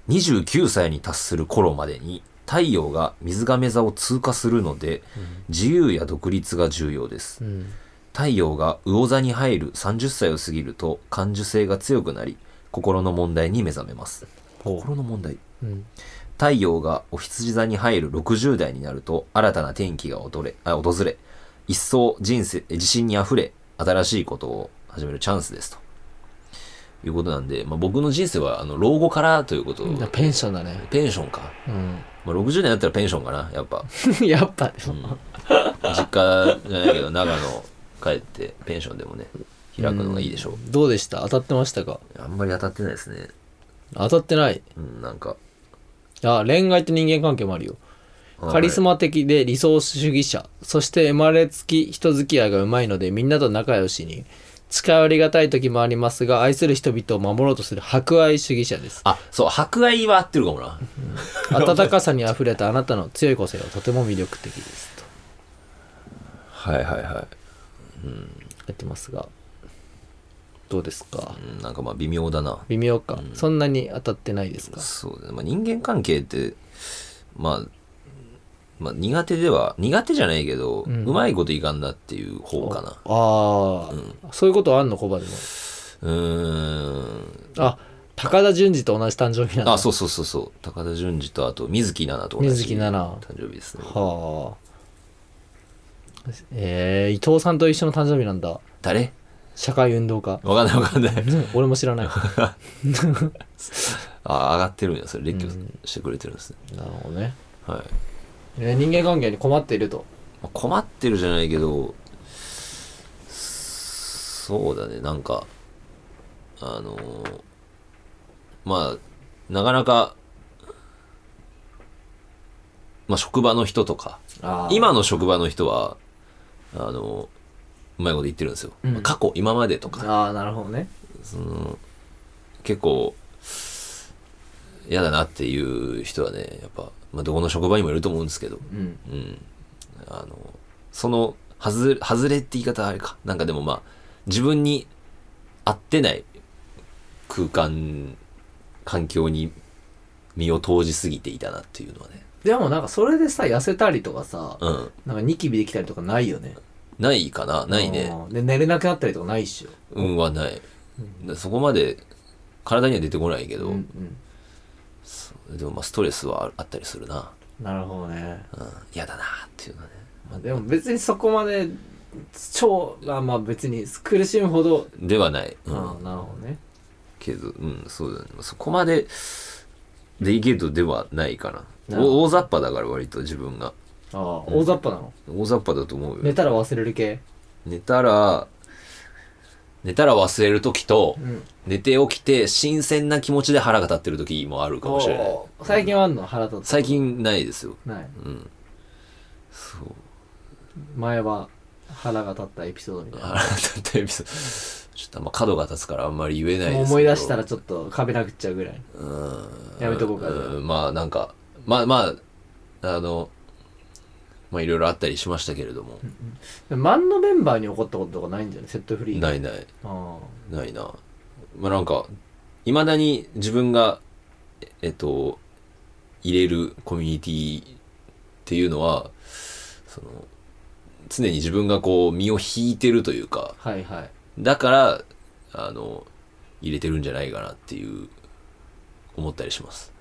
S2: 29歳に達する頃までに太陽が水亀座を通過するので、自由や独立が重要です。
S1: うん
S2: 太陽が魚座に入る30歳を過ぎると感受性が強くなり、心の問題に目覚めます。
S1: お
S2: 心の問題
S1: うん
S2: 太陽がお羊座に入る60代になると新たな転機が訪れ、あ訪れ一層人生、自信に溢れ、新しいことを始めるチャンスですと。いうことなんで、まあ、僕の人生は、あの、老後からということを、
S1: いやペンションだね
S2: ペンションか。
S1: う
S2: まあ、60年だったらペンションかな、やっぱ。
S1: んやっぱ
S2: 実家じゃないけど、長野帰って、ペンションでもね、開くのがいいでしょう。
S1: どうでした当たってましたか
S2: あんまり当たってないですね。
S1: 当たってない
S2: うん、なんか。
S1: あ恋愛と人間関係もあるよカリス
S2: マ。
S1: マ的で理想主義者そして生まれつき人付き合いがうまいのでみんなと仲良しに近寄りがたい時もありますが愛する人々を守ろうとする博愛主義者 です
S2: あ、そう、博愛は合ってるかもな。
S1: 温かさにあふれたあなたの強い個性はとても魅力的ですと
S2: はいはいは
S1: やってますがどうですか
S2: い。うん、なんかまあ微妙だな。
S1: 微妙か、そんなに当たってないですか
S2: そうだね。まあ人間関係って、まあ、まあ苦手では、苦手じゃないけど、う
S1: うん
S2: まいこといかんなっていう方かな。
S1: ああ、そういうことあんのコバでも
S2: うーん。
S1: あ高田純次と同じ誕生日なんだ
S2: あ、そうそうそうそう。高田純次と、あと、水木奈々と同じ
S1: 水木奈々
S2: 誕生日ですね。
S1: はあえー、伊藤さんと一緒の誕生日なんだ
S2: 誰
S1: 社会運動家
S2: わかんないわかんない。
S1: 俺も知 らない
S2: あ、上がってるんや。それ、列挙してくれてるんですね。
S1: なるほどね
S2: はい。
S1: え人間関係に困っていると
S2: まあ困ってるじゃないけど、そうだね、なんか、あのーまあ、なかなか、まあ、職場の人とか、今の職場の人は、あのうまいこと言ってるんですよ。
S1: うん
S2: まあ過去、今までとか、
S1: ああなるほどね
S2: その結構嫌だなっていう人はねやっぱ、まあ、どこの職場にもいると思うんですけど、
S1: うん
S2: うん、あのその外れ外れって言い方はあれかなんかでもまあ自分に合ってない空間環境に身を投じすぎていたなっていうのはね、
S1: でもなんかそれでさ痩せたりとかさ
S2: うん、
S1: なんかニキビできたりとかないよね
S2: ないかなないね
S1: うんで寝れなくなったりとかないっしょ
S2: 運はない、だそこまで体には出てこないけど、
S1: うんうん
S2: でもまあストレスはああったりするな
S1: なるほどね、
S2: うん嫌だなっていうのはね
S1: まあ、でも別にそこまで超がまあ別に苦しむほど、
S2: ではない、うん
S1: ああなるほどね
S2: けどうんそうだねそこまでデリケートではないかな
S1: なるほ
S2: お大雑把だから割と自分が
S1: ああ大雑把なの、
S2: 大雑把だと思うよ
S1: 寝
S2: 寝
S1: たら忘れる系
S2: たら寝たら忘れる時と
S1: うん
S2: 寝て起きて新鮮な気持ちで腹が立ってる時もあるかもしれない
S1: おー最近はあんの腹立つ
S2: 最近ないですよ
S1: ない
S2: うんそう
S1: 前は腹が立ったエピソードみたいな
S2: 腹が立ったエピソードちょっとあんま角が立つからあんまり言えないですけ
S1: もう
S2: ど
S1: 思い出したらちょっと壁殴っちゃうぐらい
S2: うん
S1: やめとこうか
S2: んまあなんかまあまああのまあいろいろあったりしましたけれども、
S1: マンのメンバーに怒ったこととかないんじゃないセットフリー
S2: ないいない
S1: あ
S2: ないなまあなんかいまだに自分がええっと入れるコミュニティっていうのはその常に自分がこう身を引いてるというか
S1: あはいはい
S2: だからあの入れてるんじゃないかなっていう思ったりします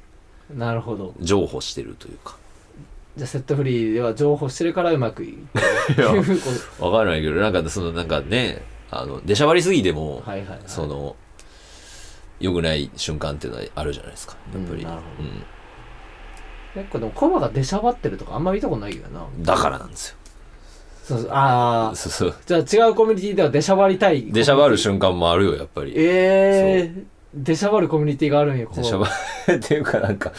S1: なるほど
S2: 譲歩してるというか
S1: じゃあセットフリーでは情報してるからうまくいい
S2: や
S1: いうこ
S2: わからないけどなんかそのなんかねあの出しゃばりすぎても、
S1: とはいはい、はい、
S2: その良くない瞬間っていうのはあるじゃないですかやっぱり、
S1: うんなるほ
S2: うん
S1: 結構でもコバが出しゃばってるとかあんま見たことないけどな
S2: だからなんですよ。
S1: そうそうああ
S2: そう そう。
S1: じゃあ違うコミュニティでは出しゃばりたい
S2: 出しゃばる
S1: し
S2: 瞬間もあるよ、やっぱり。
S1: ええー、出しゃばるコミュニティがあるんや
S2: 出しゃばる っていうかなんか、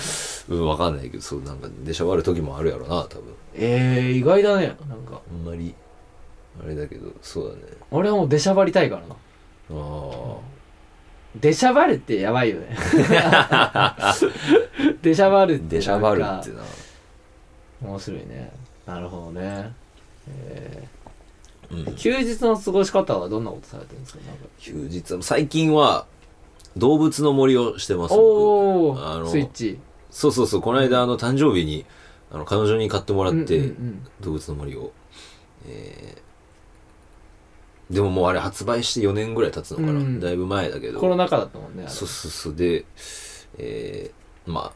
S2: うん、わかんないけど、そう、なんか出しゃばる時もあるやろな、多分。
S1: ええー、意外だねなんか
S2: あんまり、あれだけど、そうだね。
S1: 俺はもう出しゃばりたいからな
S2: あ
S1: 出しゃばるってやばいよ ね出しゃばるって
S2: あ。出しゃばるって
S1: なんか
S2: な。
S1: 面白いねなるほどねえ
S2: うん
S1: ー、。休日の過ごし方はどんなことされてるんですかなんか
S2: 休日は、最近は、動物の森をしてます、僕。
S1: おお
S2: あの
S1: スイッチ
S2: そうそうそう、この間、あの、誕生日に、あの、彼女に買ってもらって、
S1: うんうん
S2: 動物の森を。えーでももうあれ発売して4年ぐらい経つのかな、
S1: うん
S2: だいぶ前だけ
S1: うん、
S2: ど
S1: コロナ禍だったもんねあれ
S2: そうそうそうでえーまあ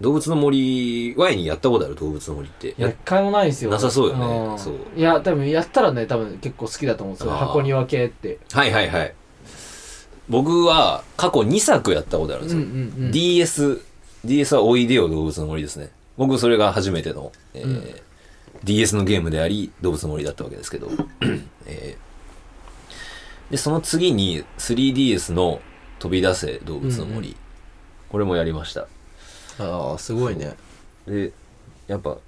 S2: 動物の森ワイにやったことある動物の森って
S1: いや
S2: や
S1: 一回もないんですよ
S2: なさそうよね
S1: ん
S2: そう
S1: いや多分やったらね多分結構好きだと思うんですよ
S2: あー
S1: 箱庭系って
S2: はいはいはい僕は過去2作やったことあるん
S1: うん
S2: です
S1: う
S2: よ、
S1: んうん
S2: DS DS はおいでよ動物の森ですね僕それが初めての、えー
S1: うん
S2: DS のゲームであり動物の森だったわけですけど、えーでその次に 3DS の飛び出せ動物の森、これもやりました
S1: ああすごいね
S2: でやっぱ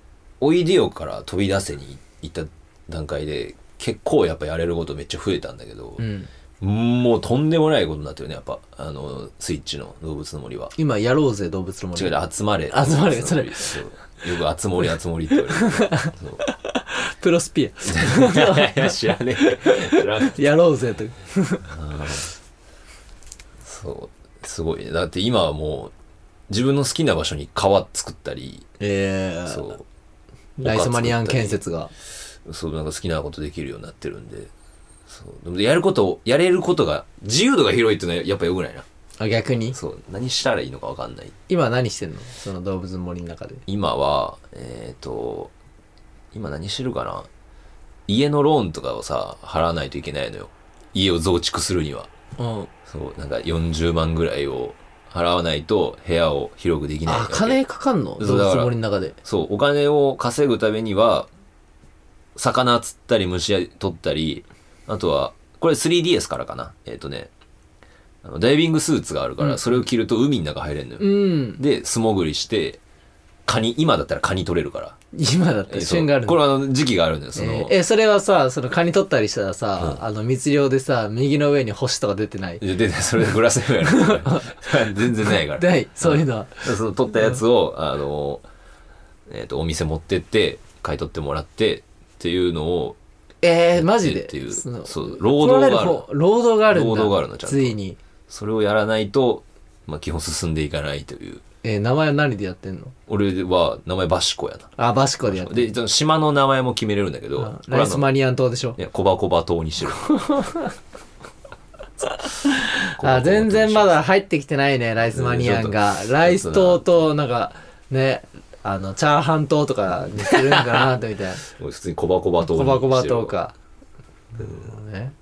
S2: おいでよから飛び出せに行った段階で結構やっぱやれることめっちゃ増えたんだけど
S1: う、ん
S2: もうとんでもないことになってるねやっぱあのスイッチの動物の森は
S1: 今やろうぜ動物の
S2: 違う集まれ
S1: 集まれ
S2: 動物の森そうよく集まり集まりって言われる
S1: プロスピ
S2: そういや知らねえ知らね
S1: ア
S2: え
S1: やろうぜと
S2: そうすごいねだって今はもう自分の好きな場所に川作ったり
S1: ええ
S2: そう
S1: ライソマニアン建設が
S2: そう、なんか好きなことできるようになってるんで。そう。でもやること、やれることが、自由度が広いっていうのはやっぱ良くないな。
S1: あ逆に
S2: そう。何したらいいのか分かんない。
S1: 今何してんのその動物の森の中で
S2: 今は、えっ、と、今何してるかな家のローンとかをさ、払わないといけないのよ。家を増築するには。
S1: うん
S2: そう。なんか40万ぐらいを払わないと部屋を広くできないわ
S1: あ
S2: け。
S1: 金かかんの
S2: そ
S1: 動
S2: うだ
S1: 物
S2: から
S1: の森の中で
S2: そう、お金を稼ぐためには、魚釣ったり虫取ったり、あとは、これ 3DS からかな。えっ、とね、あのダイビングスーツがあるか
S1: うん
S2: ら、それを着ると海の中入れるのよ。
S1: うん
S2: で、素潜りして、カニ、今だったらカニ取れるから。
S1: 今だっ
S2: え
S1: て
S2: ー
S1: 旬がある
S2: そ
S1: の
S2: うこれはあの時期があるのよ。その、
S1: えーえそれはさそのカニ取ったりしたらさ、あの密漁でさ右の上に星とか出てない
S2: いやで、でそれでグラスフェやる。全然ない から。
S1: ないそういうのは
S2: その取ったやつを、あの、えっ、と、お店持ってって、買い取ってもらって、っていうのを、
S1: えー、マジで
S2: っていう
S1: その
S2: そう労働があ
S1: 怒
S2: る
S1: られ方労働があるんだ
S2: 労働があるのちゃんと
S1: ついに、
S2: それをやらないと、まあ、基本進んでいかないという。
S1: えー名前は何でやってんの
S2: 俺は名前バシコやな。
S1: あバシコでやって
S2: で、その島の名前も決めれるんだけど、
S1: あ
S2: これは
S1: ライ
S2: あ
S1: ス
S2: の
S1: マニアン島でしょ
S2: いや、コバコバ島にしてる。
S1: あ全然まだ入ってきてないねライスマニアンがライス島となんかねあのチャーハン島とかにするんかな とみたいな
S2: 俺普通にコバコバ島
S1: コ
S2: にしてる
S1: バ
S2: わ
S1: コバ島。か、うんね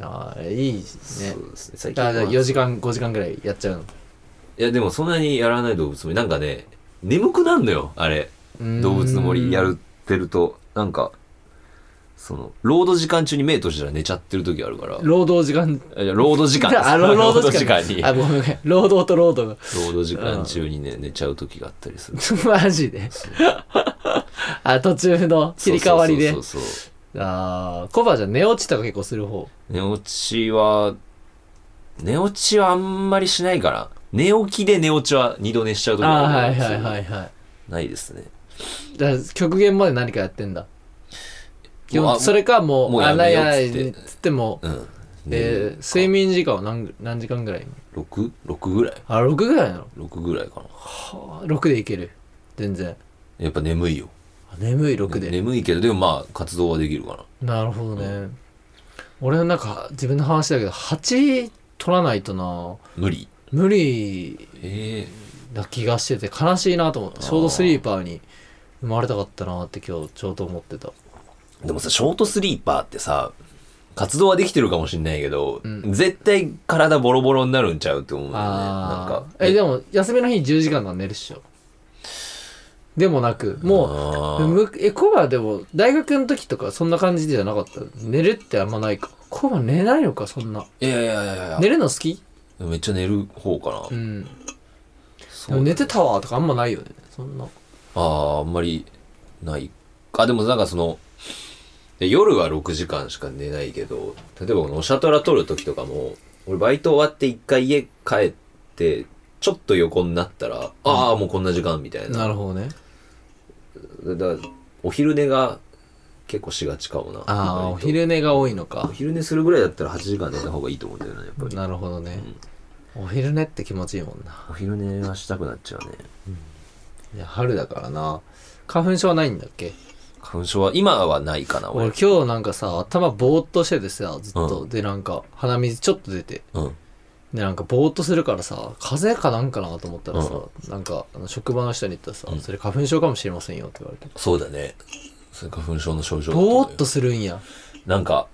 S1: あーいいね
S2: そうですね。最近
S1: あじゃあ
S2: は。
S1: 4時間5時間ぐらいやっちゃうの
S2: いや、でもそんなにやらない動物も、なんかね、眠くなんのよ、あれ。
S1: うーん
S2: 動物の森やるってると、なんか、その、ロード時間中に目閉じたら寝ちゃってる時あるから。
S1: 労働時間
S2: いやロード時間です
S1: あ の労働時
S2: ロー
S1: 間
S2: ド時間に。
S1: あごめんごめん労働と労働
S2: 労働時間中にね、寝ちゃう時があったりする。
S1: がマジであ途中の 切り替わりで
S2: そうそうそうそう
S1: ああコバじゃん寝落ちとか結構する方
S2: 寝落ちは、寝落ちはあんまりしないから、寝起きで寝落ちは二度寝しちゃう時
S1: ああー
S2: があ
S1: は
S2: る
S1: い
S2: から
S1: はいはいはい
S2: ないですね。
S1: だから極限まで何かやってんだ基
S2: もう
S1: 本
S2: あ
S1: それかもう
S2: もうや
S1: あら
S2: めようっ
S1: や
S2: つって
S1: っつっても、
S2: うん。
S1: えー睡眠時間は何何時間ぐらい今
S2: 6?6 ぐらい
S1: あ6ぐらいなの
S2: ?6 ぐらいかな。
S1: はあ6でいける全然
S2: やっぱ眠いよ。
S1: あ眠い6で、
S2: 眠いけど、でもまあ、活動はできるかな。
S1: なるほどね、俺の中自分の話だけど8取らないとな
S2: 無理。
S1: 無理
S2: ええ
S1: な気がしてて悲しいなと思ってショートスリーパーに生まれたかったなって今日ちょうど思ってた
S2: でもさ、ショートスリーパーってさ、活動はできてるかもしんないけど、
S1: うん
S2: 絶対体ボロボロになるんちゃうって思うんだよね。なん
S1: あ
S2: か。
S1: あえでも休みの日に10時間は寝るっしょでもなくも
S2: あ
S1: う
S2: ー
S1: むえコバでも大学の時とかそんな感じじゃなかった寝るってあんまないかコバ寝ないのかそんない
S2: やいやいやいや
S1: 寝るの好き
S2: めっちゃ寝る方かな。
S1: うん
S2: そう
S1: でも寝てたわとかあんまないよねそんな
S2: ああ、あんまりない。あ、でもなんかその、で夜は6時間しか寝ないけど、例えばこのおシャトラ撮る時とかも、俺バイト終わって一回家帰って、ちょっと横になったら、ああ、もうこんな時間みたいな。
S1: なるほどね
S2: だからお昼寝が結構しがちかもな。
S1: ああ、お
S2: 割と
S1: 昼寝が多いの
S2: お
S1: か。
S2: 昼寝するぐらいだったら8時間寝た方がいいと思うんだよね、やっぱり。
S1: なるほどね。お昼寝って気持ちいいもんな。
S2: お昼寝はしたくなっちゃうね。
S1: いや、春だからな。花粉症はないんだっけ
S2: 花粉症は、今はないかな、
S1: 俺
S2: 俺。
S1: 今日なんかさ、頭ぼーっとしててさ、ずっと。
S2: う
S1: で、なんか、鼻水ちょっと出て。
S2: うん。
S1: で、なんかぼーっとするからさ、風邪かなんかなと思ったらさ、
S2: う
S1: なんか、あの職場の人に言ったらさ、
S2: うん
S1: それ花粉症かもしれませんよって言われて。
S2: そうだね。それ花粉症の症状だと思う
S1: ぼ
S2: よ
S1: ーっとするんや。
S2: なんか、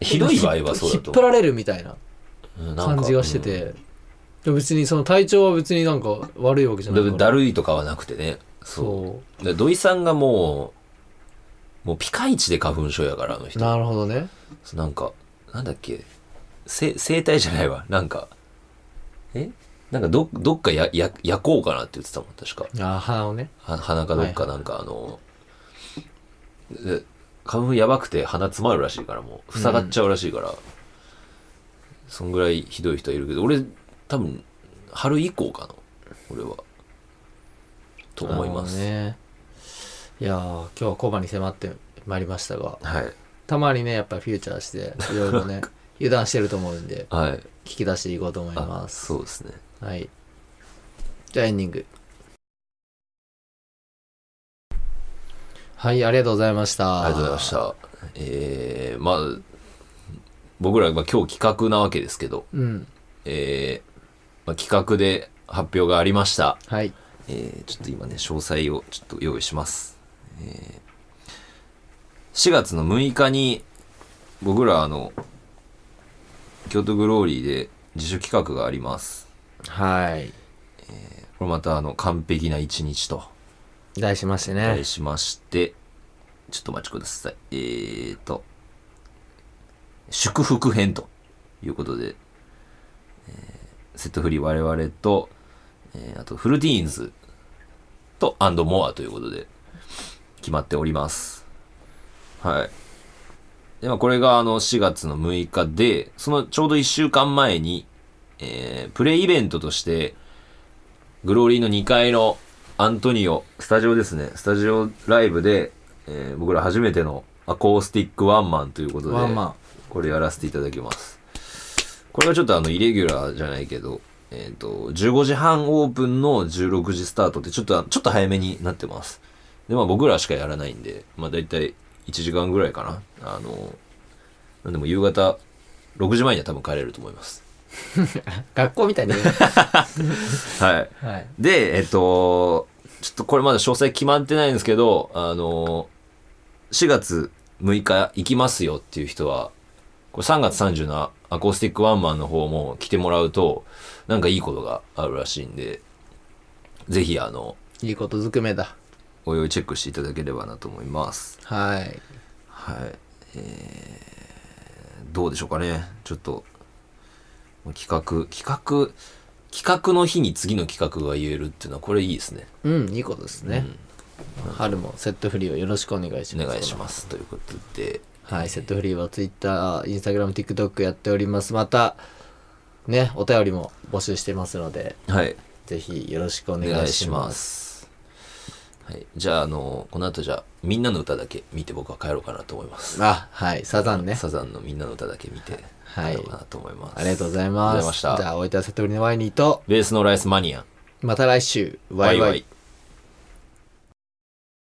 S2: ひどい場合はそうだ
S1: 引
S2: と
S1: っ張
S2: 思う。
S1: られるみたいな
S2: うんなんか
S1: 感じがして
S2: うん
S1: て。でも別にその体調は別になんか悪いわけじゃない
S2: だ
S1: から
S2: だるいとかはなくてね。そ。
S1: そう
S2: で土井さんがもう、もうピカイチで花粉症やから、あの
S1: う。
S2: 人。
S1: なるほどね。
S2: なんか、なんだっけ、せ生体じゃないわ。なんか、えなんかど、どっかや、や、焼こうかなって言ってたもん、確か。
S1: ああ、鼻をね。
S2: は鼻かどっかなんかあの、え花粉やばくて鼻詰まるらしいからもう塞がっちゃうらしいから、そんぐらいひどい人はいるけど俺多分春以降かな俺はと思います、
S1: なるほどね、いやー今日はコバに迫ってまいりましたが
S2: はい
S1: たまにねやっぱりフューチャーしていろいろ ね油断してると思うんで
S2: はい
S1: 聞き出していこうと思い
S2: あ
S1: ます
S2: そうですね
S1: はいじゃあエンディングはいありがとうございました
S2: ありがとうございましたえー、まあ僕ら、まあ、今日企画なわけですけど
S1: うん
S2: えーまあ、企画で発表がありました
S1: はい
S2: えーちょっと今ね、詳細をちょっと用意します。えー4月の6日に、僕らあの、京都グローリーで自主企画があります。
S1: はい
S2: これまたあの、完璧な一日と
S1: 題しましてね、
S2: 題しまして、ちょっとお待ちください。えーと、祝福編ということで、えーセットフリー我々と、えーあとフルティーンズとアンドモアということで決まっております。はい。で、まあこれがあの4月の6日で、そのちょうど1週間前に、えープレイイベントとして、グローリーの2階のアントニオ、スタジオですね、スタジオライブで、えー僕ら初めてのアコースティックワンマンということで、
S1: ワンマ
S2: これやらせていただきます。これはちょっとあの、イレギュラーじゃないけど、えっ、と、15時半オープンの16時スタートってちょっと、ちょっと早めになってます。で、まあ僕らしかやらないんで、まあ大体1時間ぐらいかな。あの、なんでも夕方6時前には多分帰れると思います。
S1: ン学校みたいにね
S2: はい。
S1: はい
S2: で、えっと、ちょっとこれまだ詳細決まってないんですけど、あの、4月6日行きますよっていう人は、これ3月30のアコースティックワンマンの方も来てもらうと、なんかいいことがあるらしいんで、ぜひあの、
S1: いいことずくめだ
S2: お用意チェックしていただければなと思います。
S1: はい
S2: はい。えー、どうでしょうかね。ちょっと、もう企画、企画、企画の日に次の企画が言えるっていうのはこれいいですね。
S1: うんいいことですね、春もセットフリーをよろしくお願いしま
S2: お
S1: す
S2: 願いしますということで
S1: はい、セットフリーは Twitter、Instagram、TikTok やっております。また、ね、お便りも募集してますので、
S2: はい
S1: ぜひよろしくお
S2: お
S1: 願
S2: 願
S1: い
S2: い
S1: し
S2: し
S1: ま。
S2: ますすはい、じゃあ、あの、この後じゃあ、みんなの歌だけ見て僕は帰ろうかなと思います。
S1: あ、はい、サザンね。
S2: サザンのみんなの歌だけ見て
S1: はい
S2: 帰ろうかなと思います。
S1: ありがとうご
S2: い
S1: ざいます。
S2: ありがとうございました
S1: じゃあ、おいたせておりのワイニーと、
S2: ます。ベースのライスマニア。
S1: また来週、ワイワイ。
S2: ワイワイ